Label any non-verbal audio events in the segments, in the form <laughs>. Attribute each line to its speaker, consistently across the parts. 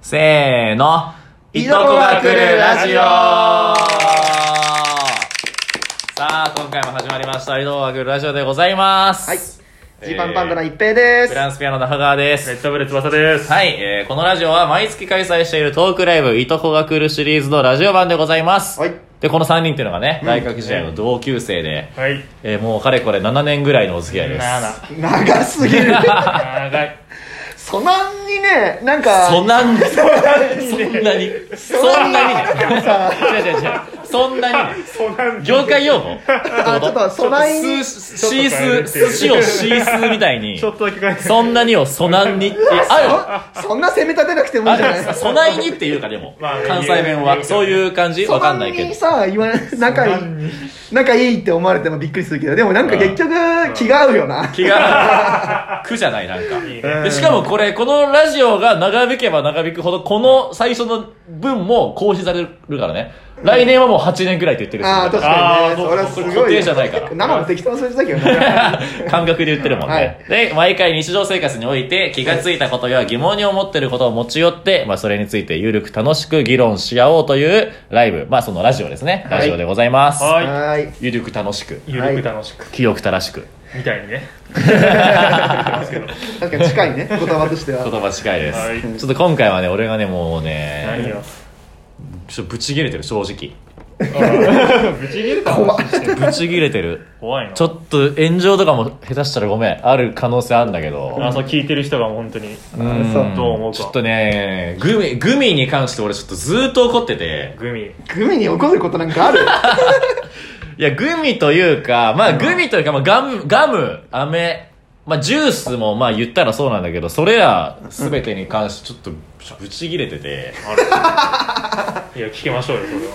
Speaker 1: せーの。
Speaker 2: いとこが来るラジオ
Speaker 1: さあ、今回も始まりました、いとこが来るラジオでございます。
Speaker 2: はい。
Speaker 1: えー
Speaker 2: ジーパンパンダの一平で
Speaker 1: フ
Speaker 2: す。
Speaker 1: ランスピアノの羽川です。
Speaker 3: レッドブル翼です。
Speaker 1: はい、えー、このラジオは毎月開催しているトークライブ、いとこが来るシリーズのラジオ版でございます。
Speaker 2: はい
Speaker 1: で、この3人っていうのがね、大学時代の同級生で、
Speaker 3: はい。
Speaker 1: えー、もうかれこれ7年ぐらいのお付き合いです。
Speaker 3: 7。
Speaker 2: 長すぎ
Speaker 1: <laughs>
Speaker 2: る。
Speaker 3: 長い。
Speaker 2: そんなにね、なんか、
Speaker 1: そんなんで、そんなに、そんなにね、違う違う違う、そんなにね、
Speaker 3: そうなん
Speaker 1: 業界用語
Speaker 2: あちょっと、そないに、
Speaker 1: ス
Speaker 3: ちょっ
Speaker 1: シ
Speaker 3: と
Speaker 1: ー
Speaker 3: 変えるっ
Speaker 1: ス
Speaker 3: ていう
Speaker 1: 寿司をシースみたいに
Speaker 3: ちょっとだけ書いて
Speaker 1: そんなにをそなんにってあ
Speaker 2: そんな攻め立てなくても
Speaker 1: る
Speaker 2: いい
Speaker 1: あ
Speaker 2: んじゃな
Speaker 1: る
Speaker 2: い
Speaker 1: そないにっていうかでも
Speaker 3: まあ
Speaker 1: 関西弁
Speaker 3: 言う言
Speaker 1: は
Speaker 3: う
Speaker 1: そういう感じ
Speaker 2: そ
Speaker 1: わかんないけ
Speaker 2: に
Speaker 1: ど
Speaker 2: さ、言わない、仲いい、仲いいって思われてもびっくりするけど、でもなんか結局
Speaker 3: ん
Speaker 2: 気が合うよな。
Speaker 1: 気が苦じゃないなんか
Speaker 3: いいね
Speaker 1: でしかもこれこのラジオが長引けば長引くほどこの最初の分も更新されるからね来年はもう8年くらいって言ってるし
Speaker 2: ああ、確
Speaker 3: あ
Speaker 2: か
Speaker 3: ー
Speaker 2: にね。それは
Speaker 1: こ
Speaker 2: す
Speaker 1: れ
Speaker 2: ごい。
Speaker 1: 固定じゃないから
Speaker 2: 生の適当な数字だけどね。
Speaker 1: <laughs> 感覚で言ってるもんね、
Speaker 2: はい
Speaker 1: で毎回日常生活において気がついたことや疑問に思ってることを持ち寄って、まあ、それについてゆるく楽しく議論し合おうというライブまあそのラジオですね
Speaker 2: はい
Speaker 1: ラジオでございます、
Speaker 3: は
Speaker 2: はーい。
Speaker 1: ゆるく楽しく
Speaker 3: い。ゆるく楽しく。
Speaker 1: 清く正しく
Speaker 3: みたいにね。
Speaker 2: 確かに近いね、言葉として
Speaker 1: 言
Speaker 2: は。
Speaker 1: 葉近いです、
Speaker 3: はい
Speaker 1: ちょっと今回はね俺がねもうね
Speaker 3: 何よ。
Speaker 1: ちょっとブチギレてる正直
Speaker 3: ぶち切れた
Speaker 2: 怖っ
Speaker 1: ブチギレてる <laughs>
Speaker 3: 怖いの。
Speaker 1: ちょっと炎上とかも下手したらごめんある可能性あるんだけど
Speaker 3: あ、そう聞いてる人が本当に。
Speaker 2: んそう
Speaker 3: どう思う
Speaker 1: ちょっ
Speaker 3: か。
Speaker 1: とねグミグミに関して俺ちょっとずーっと怒ってて
Speaker 3: グミ。
Speaker 2: グミに怒ることなんかある
Speaker 1: いや、グミというか、まあ、グミというか、まあ、ガム、ガム、飴、まあ、ジュースも、まあ、言ったらそうなんだけど、それら、すべてに関して、ちょっと、ちょぶち切れてて、
Speaker 3: いや、聞きましょうよ、それは。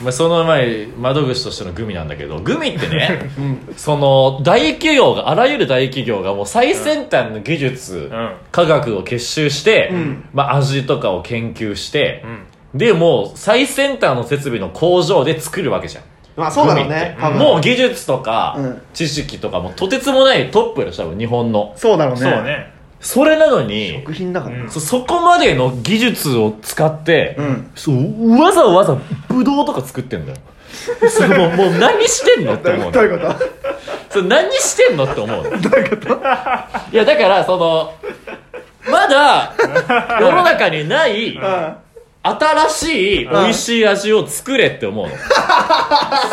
Speaker 1: まあ、その前、窓口としてのグミなんだけど、グミってね、
Speaker 3: <laughs>
Speaker 1: その、大企業が、あらゆる大企業が、もう最先端の技術、
Speaker 3: うん
Speaker 1: 科学を結集して、
Speaker 2: ん
Speaker 1: まあ、味とかを研究して、
Speaker 3: うん。
Speaker 1: で、もう、最先端の設備の工場で作るわけじゃん。
Speaker 2: まあそうだろうね。
Speaker 1: グミってもう技術とか
Speaker 2: うん
Speaker 1: 知識とかもとてつもないトップでしょ多分日本の
Speaker 2: そうだろうね。
Speaker 3: そう。ね。
Speaker 1: それなのに
Speaker 2: 食品だから。
Speaker 3: うん
Speaker 1: そそこまでの技術を使って、
Speaker 2: うん
Speaker 1: そうわざわざブドウとか作ってんだよそれもうもう何してんのって
Speaker 2: どう
Speaker 1: 思
Speaker 2: <laughs>
Speaker 1: うの
Speaker 2: いうこと
Speaker 1: それ何してんのって思うどういうこといやだからそのまだ世の中にない新しい美味しい味を作れって思うの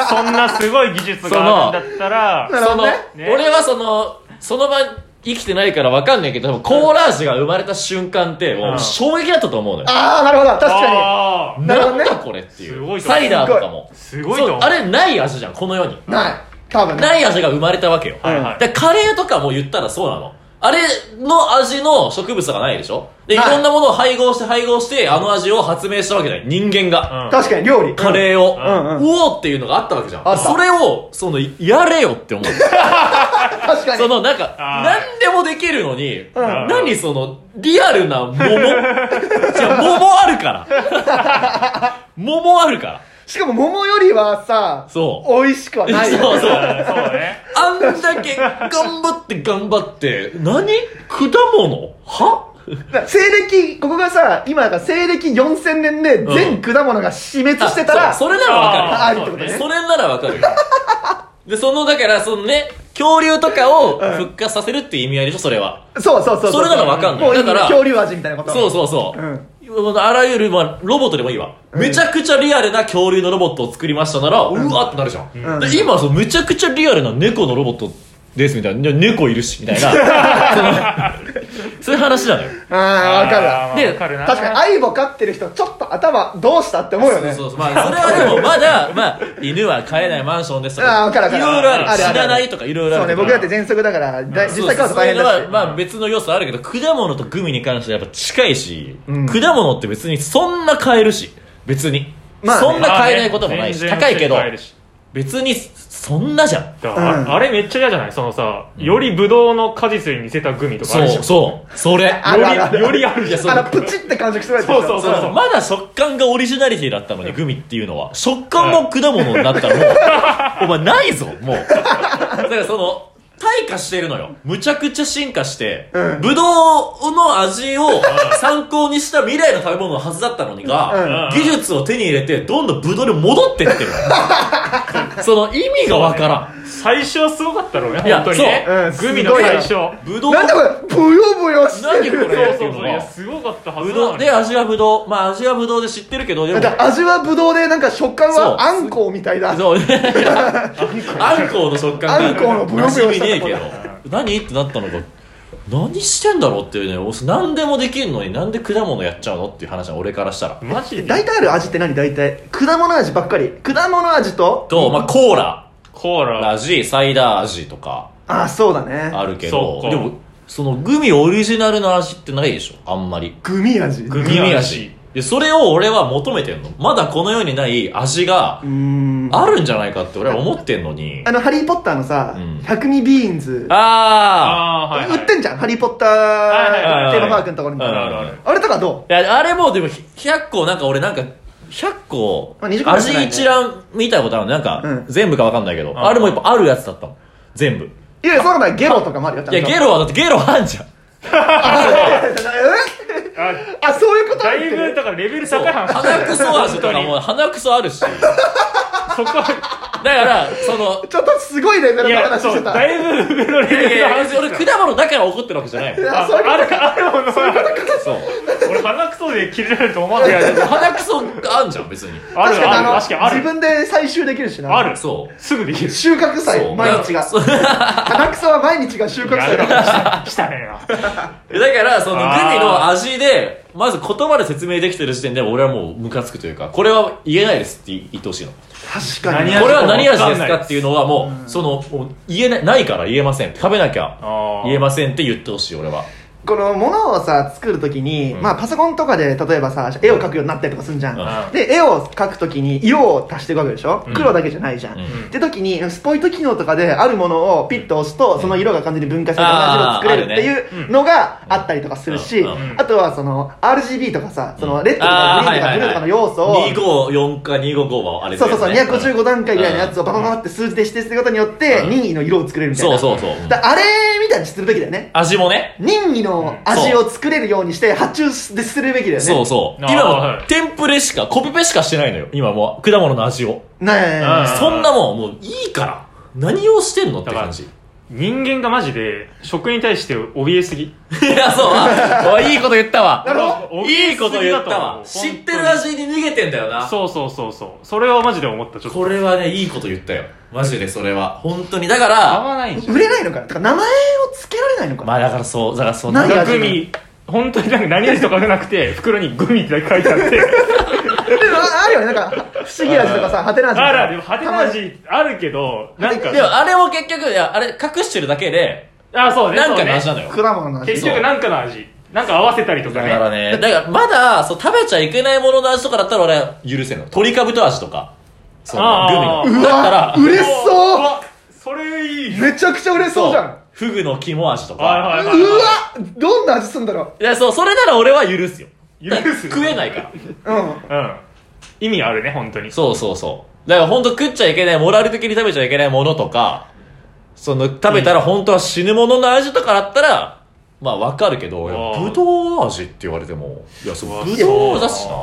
Speaker 3: そんなすごい技術があるんだったら、
Speaker 2: なる
Speaker 1: そ
Speaker 2: ほ
Speaker 1: の、
Speaker 2: どね
Speaker 3: ね
Speaker 1: 俺はその、その場生きてないから分かんないけど、多分コーラ味が生まれた瞬間って、も
Speaker 3: う
Speaker 1: うん衝撃だったと思うのよ。
Speaker 2: ああ、なるほど。確か
Speaker 3: ああ
Speaker 2: なるほどね
Speaker 1: んだこれって
Speaker 3: す
Speaker 1: い
Speaker 3: ご
Speaker 1: う。
Speaker 3: いと思
Speaker 1: サ
Speaker 3: う
Speaker 1: イダーとかも。
Speaker 3: すごいと
Speaker 1: そ
Speaker 3: 思
Speaker 1: う
Speaker 3: う。
Speaker 1: あれない味じゃん、この世に。
Speaker 2: に。ない。多分ね。
Speaker 1: ない味が生まれたわけよ。
Speaker 3: はいはい
Speaker 1: で、カレーとかも言ったらそうなの。あれの味の植物がないでしょで、い
Speaker 2: はい
Speaker 1: ろんなものを配合して配合して、あの味を発明したわけじゃない。人間が。
Speaker 3: うん
Speaker 2: 確かに料理。
Speaker 1: カレーを、
Speaker 2: ん
Speaker 1: うおーっていうのがあったわけじゃ
Speaker 2: あ
Speaker 1: ん。
Speaker 2: った
Speaker 1: それを、その、やれよって思う。
Speaker 2: 確かに。
Speaker 1: <laughs> そのなんか、
Speaker 3: あー
Speaker 1: 何でもできるのに、
Speaker 3: ん
Speaker 1: 何その、リアルな
Speaker 2: <laughs>
Speaker 1: 桃じゃあ桃あるから。桃あるから。
Speaker 2: しかも桃よりはさ、
Speaker 1: そう。
Speaker 2: 美味しくはないよ。
Speaker 1: そうそう。
Speaker 3: あそうだね。
Speaker 1: あんだけ頑張って頑張って、何果物は
Speaker 2: だから西暦、ここがさ、今が西暦4000年で
Speaker 1: うん
Speaker 2: 全果物が死滅してたら、
Speaker 1: あそうそれならわ
Speaker 2: あ
Speaker 1: か
Speaker 2: あるってこと
Speaker 1: るよ。
Speaker 2: ね。
Speaker 1: それならわかるよ。で、その、だから、そのね、恐竜とかを復活させるっていう意味合いでしょ、それは。
Speaker 2: そうそうそう。
Speaker 1: それならわかんない
Speaker 2: もう
Speaker 1: だから
Speaker 2: 恐竜味みたいなこと。
Speaker 1: そうそうそう。
Speaker 2: うん
Speaker 1: あらゆる、まあ、ロボットでもいいわ、めちゃくちゃリアルな恐竜のロボットを作りましたなら、うわってなるじゃん。
Speaker 2: ん
Speaker 1: で今そう、めちゃくちゃリアルな猫のロボットですみたい
Speaker 2: <laughs>
Speaker 1: な。いや猫いるし、みたいな。そのそういう話なのよ。
Speaker 2: ああ、わかる
Speaker 3: あー
Speaker 2: わ。
Speaker 3: まあわかるな。
Speaker 2: 確かに、アイボ飼ってる人、ちょっと頭どうしたって思うよね。
Speaker 1: そうそうまあ、それはでもまだ、まあ、犬は飼えないマンションですと
Speaker 2: あ
Speaker 1: か、
Speaker 2: あわかるわか
Speaker 1: い
Speaker 2: る
Speaker 1: ろいろある。
Speaker 2: あるある
Speaker 1: 知らないとかいろいろあ
Speaker 2: そう
Speaker 1: る
Speaker 2: ね、
Speaker 1: から
Speaker 2: 僕だって喘息だから、だ実際飼う
Speaker 1: そ
Speaker 2: と
Speaker 1: う
Speaker 2: 大
Speaker 1: いう
Speaker 2: 変
Speaker 1: の
Speaker 2: だ
Speaker 1: は
Speaker 2: し。
Speaker 1: まあ別の要素あるけど果物とグミに関してはやっぱ近いし、
Speaker 2: うん
Speaker 1: 果物って別にそんな買えるし別に、
Speaker 2: まあね
Speaker 1: そんな買えないこともないし、
Speaker 3: まあね
Speaker 1: 高いけど
Speaker 3: 全然買えるし
Speaker 1: 別にそんなじゃん
Speaker 3: だから
Speaker 2: うん
Speaker 3: あれめっちゃ嫌じゃないそのさ、よりブドウの果実に似せたグミとかあ
Speaker 1: そ
Speaker 3: る
Speaker 1: う
Speaker 3: でしょ
Speaker 1: そうそれ
Speaker 2: あるあるある
Speaker 3: よりよりある
Speaker 1: い
Speaker 3: じ
Speaker 1: や
Speaker 3: ゃん
Speaker 1: そう
Speaker 2: あの、プチって感触するやつでしょ
Speaker 3: そうそう
Speaker 1: そうそうまだ食感がオリジナリティだったのにグミっていうのは <laughs> 食感も果物になったらもうお前ないぞもうだからその退化してるのよ。むちゃくちゃ進化して、
Speaker 2: うん
Speaker 1: ぶどうの味を参考にした未来の食べ物のはずだったのにが、
Speaker 3: うん
Speaker 1: 技術を手に入れて、どんどんぶどうに戻ってってるの <laughs> その意味がわからん。
Speaker 3: 最初はすごかったろうね
Speaker 1: いや
Speaker 3: 本当にね
Speaker 2: そううん
Speaker 3: グミの
Speaker 2: すごい
Speaker 3: 最
Speaker 2: な
Speaker 3: 初そう
Speaker 1: ぶどう
Speaker 2: なんだこれぼよぼよして
Speaker 1: 何これ
Speaker 2: る
Speaker 3: そうそういやすごかったはず
Speaker 1: ぶ
Speaker 3: なの
Speaker 1: ど
Speaker 3: に
Speaker 1: うで、味はぶどう。まあ味はぶどうで知ってるけど、でも
Speaker 2: だって味はぶどうでなんか食感
Speaker 1: そう
Speaker 2: はあんこうみたいだ
Speaker 3: <laughs>
Speaker 1: そうね。あんこうの食感が。
Speaker 2: あんこうのブヨブ
Speaker 1: 馴染
Speaker 2: ヨしたとこ
Speaker 1: みねえけど。何ってなったのが、何してんだろうっていうね、俺何でもできるのになんで果物やっちゃうのっていう話は俺からしたら。
Speaker 3: マジで
Speaker 2: 大体ある味って何大体果物味ばっかり果物味と
Speaker 1: と、まあコーラ
Speaker 3: コーラ
Speaker 1: 味、サイダー味とか
Speaker 2: ああそうだね
Speaker 1: あるけ
Speaker 3: そ
Speaker 1: ど
Speaker 3: っ、か
Speaker 1: でも、そのグミオリジナルの味ってないでしょあんまり。
Speaker 2: グミ味う
Speaker 3: グミ
Speaker 1: グミ味
Speaker 3: 味。
Speaker 1: で、それを俺は求めてんの。まだこの世にない味が
Speaker 2: ーん
Speaker 1: あるんじゃないかって俺は思ってんのに
Speaker 2: あ。の「ハリー・ポッター」のさ
Speaker 1: うん
Speaker 2: 百味ビーンズ
Speaker 1: あー。
Speaker 3: ああーはい、はい、
Speaker 2: 売ってんじゃん「ハリー・ポッタ
Speaker 3: はいはい
Speaker 2: ー」
Speaker 3: はい
Speaker 2: テーマパークのところに
Speaker 1: うん
Speaker 3: あるあるある
Speaker 2: あれとかどう
Speaker 1: いや、あれもうでもひ100個、なんか俺なんか、100個、
Speaker 2: まあ20個ぐらいし
Speaker 1: 味
Speaker 2: かないね
Speaker 1: 一覧見たことあるのなんか、
Speaker 2: うん
Speaker 1: 全部かわかんないけど、
Speaker 3: ん
Speaker 1: あれもやっぱあるやつだったの。全部。い
Speaker 2: いやいやそうなんだゲロとかもあるよちゃんと
Speaker 1: や、ゲロはだってゲロあんじゃん。
Speaker 2: え <laughs> あそういうこと
Speaker 3: だいぶだからレベル
Speaker 1: そう
Speaker 3: 高い話
Speaker 1: 鼻くそ味とかもう鼻くそあるし。だか
Speaker 3: そこは
Speaker 1: ら、そ
Speaker 3: <laughs>
Speaker 1: の、
Speaker 2: ちょっとすごいレベル
Speaker 3: い
Speaker 2: の
Speaker 3: や
Speaker 2: 話し
Speaker 3: そう
Speaker 2: てた
Speaker 3: だいぶ
Speaker 1: いやい
Speaker 3: 上のレベルの
Speaker 1: や
Speaker 3: 話
Speaker 1: 別に俺果物だから怒ってるわけじゃ
Speaker 2: <laughs>
Speaker 1: ないもん。
Speaker 2: いや
Speaker 3: あ
Speaker 2: そういうこと
Speaker 3: あるあるもの
Speaker 1: そう。
Speaker 3: 俺鼻くそで切れられると思わないい
Speaker 1: や、
Speaker 3: あ
Speaker 1: で
Speaker 3: る
Speaker 1: も鼻くそがあんじゃん、別に。
Speaker 3: あ
Speaker 2: 確
Speaker 3: る
Speaker 2: かにあの
Speaker 3: 確かにある
Speaker 2: 自分で採集できるしな
Speaker 3: ある
Speaker 1: そう
Speaker 3: すぐできる
Speaker 2: 収穫
Speaker 1: そ
Speaker 2: 祭
Speaker 1: う。
Speaker 2: 毎日が
Speaker 1: そう
Speaker 2: 鼻くそは毎日が収穫
Speaker 3: や
Speaker 2: 祭
Speaker 3: る
Speaker 2: だ
Speaker 3: な来たね
Speaker 1: だから、そのグ
Speaker 3: あー
Speaker 1: ミの味で、まず言葉で説明できてる時点で俺はもうムカつくというか、これは言えないですって言ってほしいの。
Speaker 2: 確かに
Speaker 3: 何味
Speaker 1: これは何味です
Speaker 3: わかん
Speaker 1: か
Speaker 3: ない
Speaker 1: っていうのはもう、その、もう言えない、ないから言えません。食べなきゃ
Speaker 3: あ
Speaker 1: 言えませんって言ってほしい、俺は。
Speaker 2: このものをさ作るときに、
Speaker 1: うん
Speaker 2: まあパソコンとかで例えばさ絵を描くようになったりとかするじゃん、
Speaker 1: うん
Speaker 2: で絵を描くときに色を足していくわけでしょ、
Speaker 1: うん
Speaker 2: 黒だけじゃないじゃん、
Speaker 1: う
Speaker 2: っ
Speaker 1: ん
Speaker 2: て時にスポイト機能とかであるものをピッと押すと、その色が完全に分解さ
Speaker 1: あー
Speaker 2: れて同じ色を作れるっていうのがあったりとかするし、
Speaker 1: うん
Speaker 3: うん
Speaker 2: あとはその RGB とかさそのレッドと
Speaker 1: あ
Speaker 2: か
Speaker 1: ーは
Speaker 2: グリーンとか
Speaker 1: いはいはい
Speaker 2: ブルーとかの要素を、
Speaker 1: 254か255はあれで
Speaker 2: そう
Speaker 1: す
Speaker 2: そ
Speaker 1: よ
Speaker 2: うそう、
Speaker 1: ね
Speaker 2: 255段階ぐらいのやつをババババって数字で指定することによって、
Speaker 1: うん
Speaker 2: 任意の色を作れるみたい
Speaker 1: そ
Speaker 2: な。
Speaker 1: うそうそう。うん
Speaker 2: だあれみたいにするべきだよね。
Speaker 1: 味もね。
Speaker 2: 任意の味を作れるようにして、発注でするべきだよね。
Speaker 1: そうそう。
Speaker 3: あー
Speaker 1: 今
Speaker 3: は
Speaker 1: も
Speaker 3: いう
Speaker 1: テンプレしか、コピペしかしてないのよ。今もう、果物の味を。
Speaker 2: ねえ。
Speaker 3: うん
Speaker 1: そんなもん、もういいから。何をしてんのって感じ。 <laughs>
Speaker 3: 人間がマジで食に対して怯えすぎ
Speaker 1: いや、そう。あおいいいこと言ったわ。
Speaker 3: ほど
Speaker 1: いいこと言ったわ。
Speaker 3: 怯えす
Speaker 1: 知っ
Speaker 3: ぎ
Speaker 1: て
Speaker 3: だと
Speaker 1: る
Speaker 3: 思う
Speaker 1: 味に逃げてんだよな。
Speaker 3: そうそうそうそうそれはマジで思ったちょっと
Speaker 1: これはね、いいこと言ったよ。マジでそれは。本当に。だか
Speaker 3: 合
Speaker 1: ら、
Speaker 3: わないじゃん
Speaker 2: 売れないのかなとか、名前を付けられないのかな、
Speaker 1: <laughs> まあだからそう、だからそう。
Speaker 2: 何
Speaker 3: だ
Speaker 2: が
Speaker 3: からグミ本当になんか何味とかじゃなくて袋にグミって書いて
Speaker 1: <laughs>
Speaker 3: あって
Speaker 2: でもああるよね、なんか、不思議味とかさ、ハテナ味とか。
Speaker 3: あらでも派手な味あるけどなんか
Speaker 1: でもあれも結局、いや、あれ隠してるだけで、
Speaker 3: あそうね
Speaker 1: なん
Speaker 3: そ
Speaker 1: かの
Speaker 3: うね
Speaker 1: 味なのよ。
Speaker 2: 果物の味。
Speaker 3: 結局なんかの味なんか合わせたりとか
Speaker 1: だ
Speaker 3: ね
Speaker 1: からね、だからまだ、そう、食べちゃいけないものの味とかだったら俺は許せんの。鶏かぶと味とか。そう、
Speaker 3: あー
Speaker 1: グミの。だったら、
Speaker 2: 嬉しそう
Speaker 3: うわそれいい
Speaker 2: めちゃくちゃ売れそうじゃん。う
Speaker 1: フグの肝味とか。
Speaker 3: はいはいはい、
Speaker 2: わどんな味すんだろ
Speaker 1: いや、そう、それなら俺は許すよ。
Speaker 3: 許す
Speaker 1: 食えないから。
Speaker 2: う。うん。
Speaker 3: うん意味あるね本当に
Speaker 1: そうそうそう。だから本当食っちゃいけない、モラル的に食べちゃいけないものとか、その、食べたら本当は死ぬものの味とかだったら、まあわかるけど、いや
Speaker 3: あー
Speaker 1: ぶどう味って言われても、いや、そう、
Speaker 3: わ
Speaker 1: ぶどうだしな。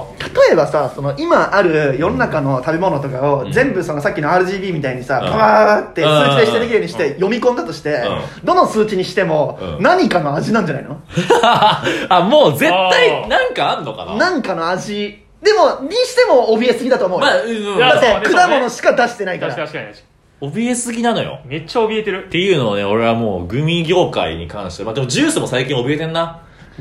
Speaker 2: 例えばさその今ある世の中の食べ物とかを全部そのさっきの RGB みたいにさ
Speaker 1: うん
Speaker 2: バーって数値でしてできるようにし
Speaker 3: う
Speaker 2: て読み込んだとして
Speaker 1: う
Speaker 2: どの数値にしても
Speaker 1: うん
Speaker 2: 何かの味なんじゃないの
Speaker 1: <laughs> あ、もう絶
Speaker 3: あ
Speaker 1: 対
Speaker 3: ー
Speaker 1: なんかあんのかな
Speaker 2: 何かの味でもにしても怯えすぎだと思うよ
Speaker 1: まあ、うん、
Speaker 3: いや
Speaker 2: だ
Speaker 1: まあ
Speaker 3: そう
Speaker 2: っ
Speaker 3: ね
Speaker 2: て
Speaker 3: そうね
Speaker 2: 果物しか出してないか
Speaker 3: 確からに確かに確か
Speaker 1: 怯えすぎなのよ。
Speaker 3: にめっちゃ怯えてる
Speaker 1: っていうのをね、俺はもう、グミ業界に関して、まあでもジュースも最近怯えてんな。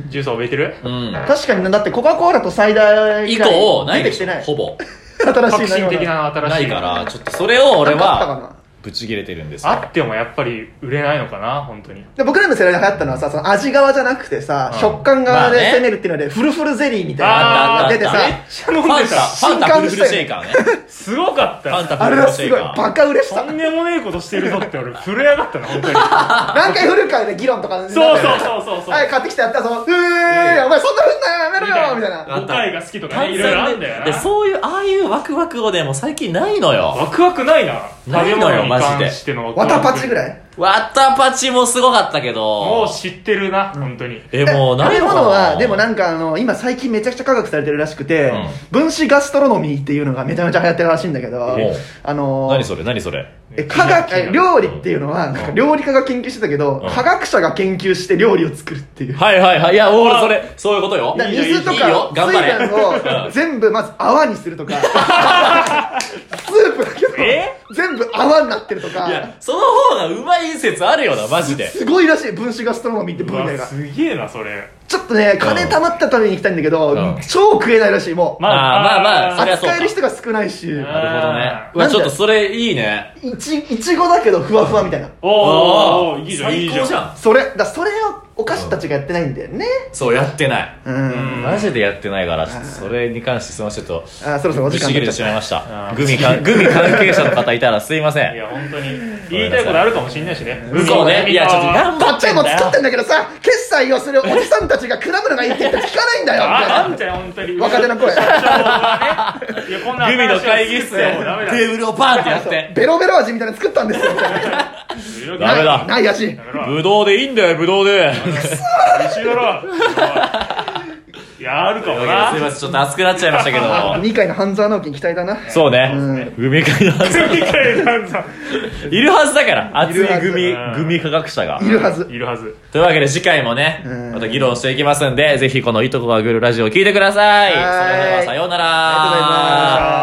Speaker 3: ジュース怯えてる
Speaker 1: うん。
Speaker 2: 確かになだってコカ・コーラと最大
Speaker 1: 以降、ない
Speaker 2: 出
Speaker 1: で
Speaker 2: てき
Speaker 1: してょ
Speaker 2: ない
Speaker 1: ほぼ。
Speaker 2: 新しい
Speaker 3: 革新的な新しい
Speaker 1: ないから、ちょっとそれを俺
Speaker 2: 俺は
Speaker 1: は、ぶち切れてるんですよ。
Speaker 3: あってもやっぱり売れないのかな本当に
Speaker 2: で僕らの世代で流行ったのはさその味側じゃなくてさ、
Speaker 3: うん
Speaker 2: 食感
Speaker 1: ま
Speaker 2: 側
Speaker 1: あ
Speaker 2: で
Speaker 1: ね
Speaker 2: 攻めるっていうので、フルフルゼリーみたい
Speaker 1: あー
Speaker 2: なのが出て
Speaker 1: あったあ
Speaker 2: さ
Speaker 1: った
Speaker 3: ちゃ飲ん
Speaker 1: ファン
Speaker 3: で
Speaker 1: タ、
Speaker 3: た
Speaker 1: ファンタフルフルシェイカーね。
Speaker 3: すごかっ
Speaker 1: ファン
Speaker 3: た
Speaker 1: タ
Speaker 2: あ
Speaker 1: フ
Speaker 2: れ
Speaker 1: ルフ
Speaker 2: は
Speaker 1: ルシェ
Speaker 2: す
Speaker 1: イ
Speaker 2: ご
Speaker 1: カ
Speaker 2: い
Speaker 1: ー。
Speaker 2: バカ売れし
Speaker 3: と
Speaker 2: た
Speaker 3: んでもねえことしてるぞっ
Speaker 1: <laughs>
Speaker 3: て俺震え上がったな本当に
Speaker 2: 何回振るかで議論とかになって
Speaker 3: そうそうそうそうそう
Speaker 2: はい買ってきてやったらそのうーいお前そんなふんなやめろよみたいな
Speaker 1: あった
Speaker 3: 5回が好きとかねいろいろあんだよ
Speaker 1: で、
Speaker 3: な
Speaker 1: そういう、ああいうワクワクをね、もう最近ないのよ。
Speaker 3: ワクワクないな
Speaker 1: ないのよ
Speaker 3: 食べ物に
Speaker 1: マジで
Speaker 3: 関しての
Speaker 2: わたパチぐ
Speaker 3: い
Speaker 2: らい
Speaker 1: ワタパチもすごかったけ
Speaker 3: も
Speaker 1: ど
Speaker 3: う知ってるな、本当に。
Speaker 1: えもう
Speaker 2: 食
Speaker 1: ない
Speaker 2: べ
Speaker 1: のか
Speaker 2: 物はでも
Speaker 1: な
Speaker 2: なんかあの今最近めちゃくちゃ科学されてるらしくて、
Speaker 1: う
Speaker 2: 分子ガストロノミーっていうのがめちゃめちゃ流行ってるらしいんだけど、
Speaker 1: え
Speaker 2: あのー
Speaker 1: 何それ何それ
Speaker 2: え科学え料
Speaker 3: 量
Speaker 2: 理っていうのはなんか料理家が研究してたけど、
Speaker 1: うん
Speaker 2: 科学者が研究して料理を作るっていう、
Speaker 1: はいはいはいいや俺それそういうことよ
Speaker 2: だから
Speaker 1: いいよ
Speaker 2: 水と
Speaker 1: いいよ
Speaker 2: か
Speaker 1: 頑
Speaker 2: 水
Speaker 1: 張
Speaker 2: 分
Speaker 1: れ
Speaker 2: を全部まず泡にするとかスープだけど
Speaker 3: え
Speaker 2: 全部泡になってると
Speaker 1: うんいや
Speaker 2: か
Speaker 1: その方がうまい説あるよなマジです
Speaker 2: ごいらしい分子ガストロノミーって分野が
Speaker 3: すげえな、それ。
Speaker 2: ちょっとね金貯まったために行きたいんだけど、
Speaker 1: うん
Speaker 2: 超食えないらしいもう、
Speaker 1: あまあまあそれはそうか
Speaker 2: 扱える人が少ないし
Speaker 1: なるほどねう
Speaker 2: な
Speaker 1: わ
Speaker 2: ん
Speaker 1: ち
Speaker 2: で
Speaker 1: ょっとそれいいね
Speaker 2: いちいちごだけどふわふわみたいな
Speaker 3: おーおーおーいいじゃん、い
Speaker 1: 最
Speaker 3: いじ
Speaker 1: 高じ
Speaker 3: ゃん。
Speaker 1: ゃん
Speaker 2: それだそれをお菓子たちがやってないんだよね
Speaker 1: そうやってない
Speaker 2: うん
Speaker 1: マジでやってないからちょっとそれに関してすみませんちょっと
Speaker 2: あそろそろお
Speaker 1: ぶ
Speaker 2: 時
Speaker 1: ち
Speaker 2: 間
Speaker 1: 切
Speaker 2: に
Speaker 1: れ
Speaker 2: な
Speaker 1: て
Speaker 2: っ
Speaker 1: し
Speaker 2: ちゃっ
Speaker 1: まいました
Speaker 3: あー
Speaker 1: グミかグミ関係者の方いたらすいませ
Speaker 3: い
Speaker 1: ん
Speaker 3: や、本当
Speaker 1: <laughs>
Speaker 3: に。言いたいことあるかもしんないしね。
Speaker 1: そうねいやちょっと頑
Speaker 2: たこ
Speaker 1: 張
Speaker 2: っ
Speaker 1: っ
Speaker 2: ち
Speaker 1: てん
Speaker 2: も
Speaker 1: だ
Speaker 2: 作
Speaker 1: よ
Speaker 2: ってんだけどさ決済をするおじさんたちが果物がいいって言って聞かないんだよみたい
Speaker 3: あ、
Speaker 2: な
Speaker 3: なんちゃん、本当に。
Speaker 2: 若手の声
Speaker 3: ね。いや、こんな
Speaker 1: グミの会議室で
Speaker 3: もうダメだ。
Speaker 1: テーブルをパーンってやっ
Speaker 2: そう
Speaker 1: て
Speaker 2: ベロベロ味みたいなの作ったんですよみたいな
Speaker 1: ダメだ
Speaker 2: ないない味
Speaker 3: やめろ。
Speaker 1: ぶどうでいいんだよぶどうで
Speaker 3: 一緒だろ。
Speaker 1: <laughs>
Speaker 3: いや、あるか
Speaker 1: とい
Speaker 3: も
Speaker 1: うわけです
Speaker 3: な。
Speaker 1: いませんちょっと熱くなっちゃいましたけども
Speaker 2: 2回の半沢直樹に期待だな
Speaker 1: そう
Speaker 2: うん
Speaker 1: ねグミ科学者
Speaker 3: 理解なんだ。
Speaker 1: いるはずだから熱いグ
Speaker 2: い
Speaker 1: ミ
Speaker 3: るはず
Speaker 1: グミ科学者が
Speaker 2: いるはず
Speaker 3: いるはず。
Speaker 1: というわけで次回もね
Speaker 2: うん
Speaker 1: また議論していきますんでぜひこのいとこがグルラジオを聞いてください
Speaker 2: はーい
Speaker 1: それではさようなら
Speaker 2: ありがとうございました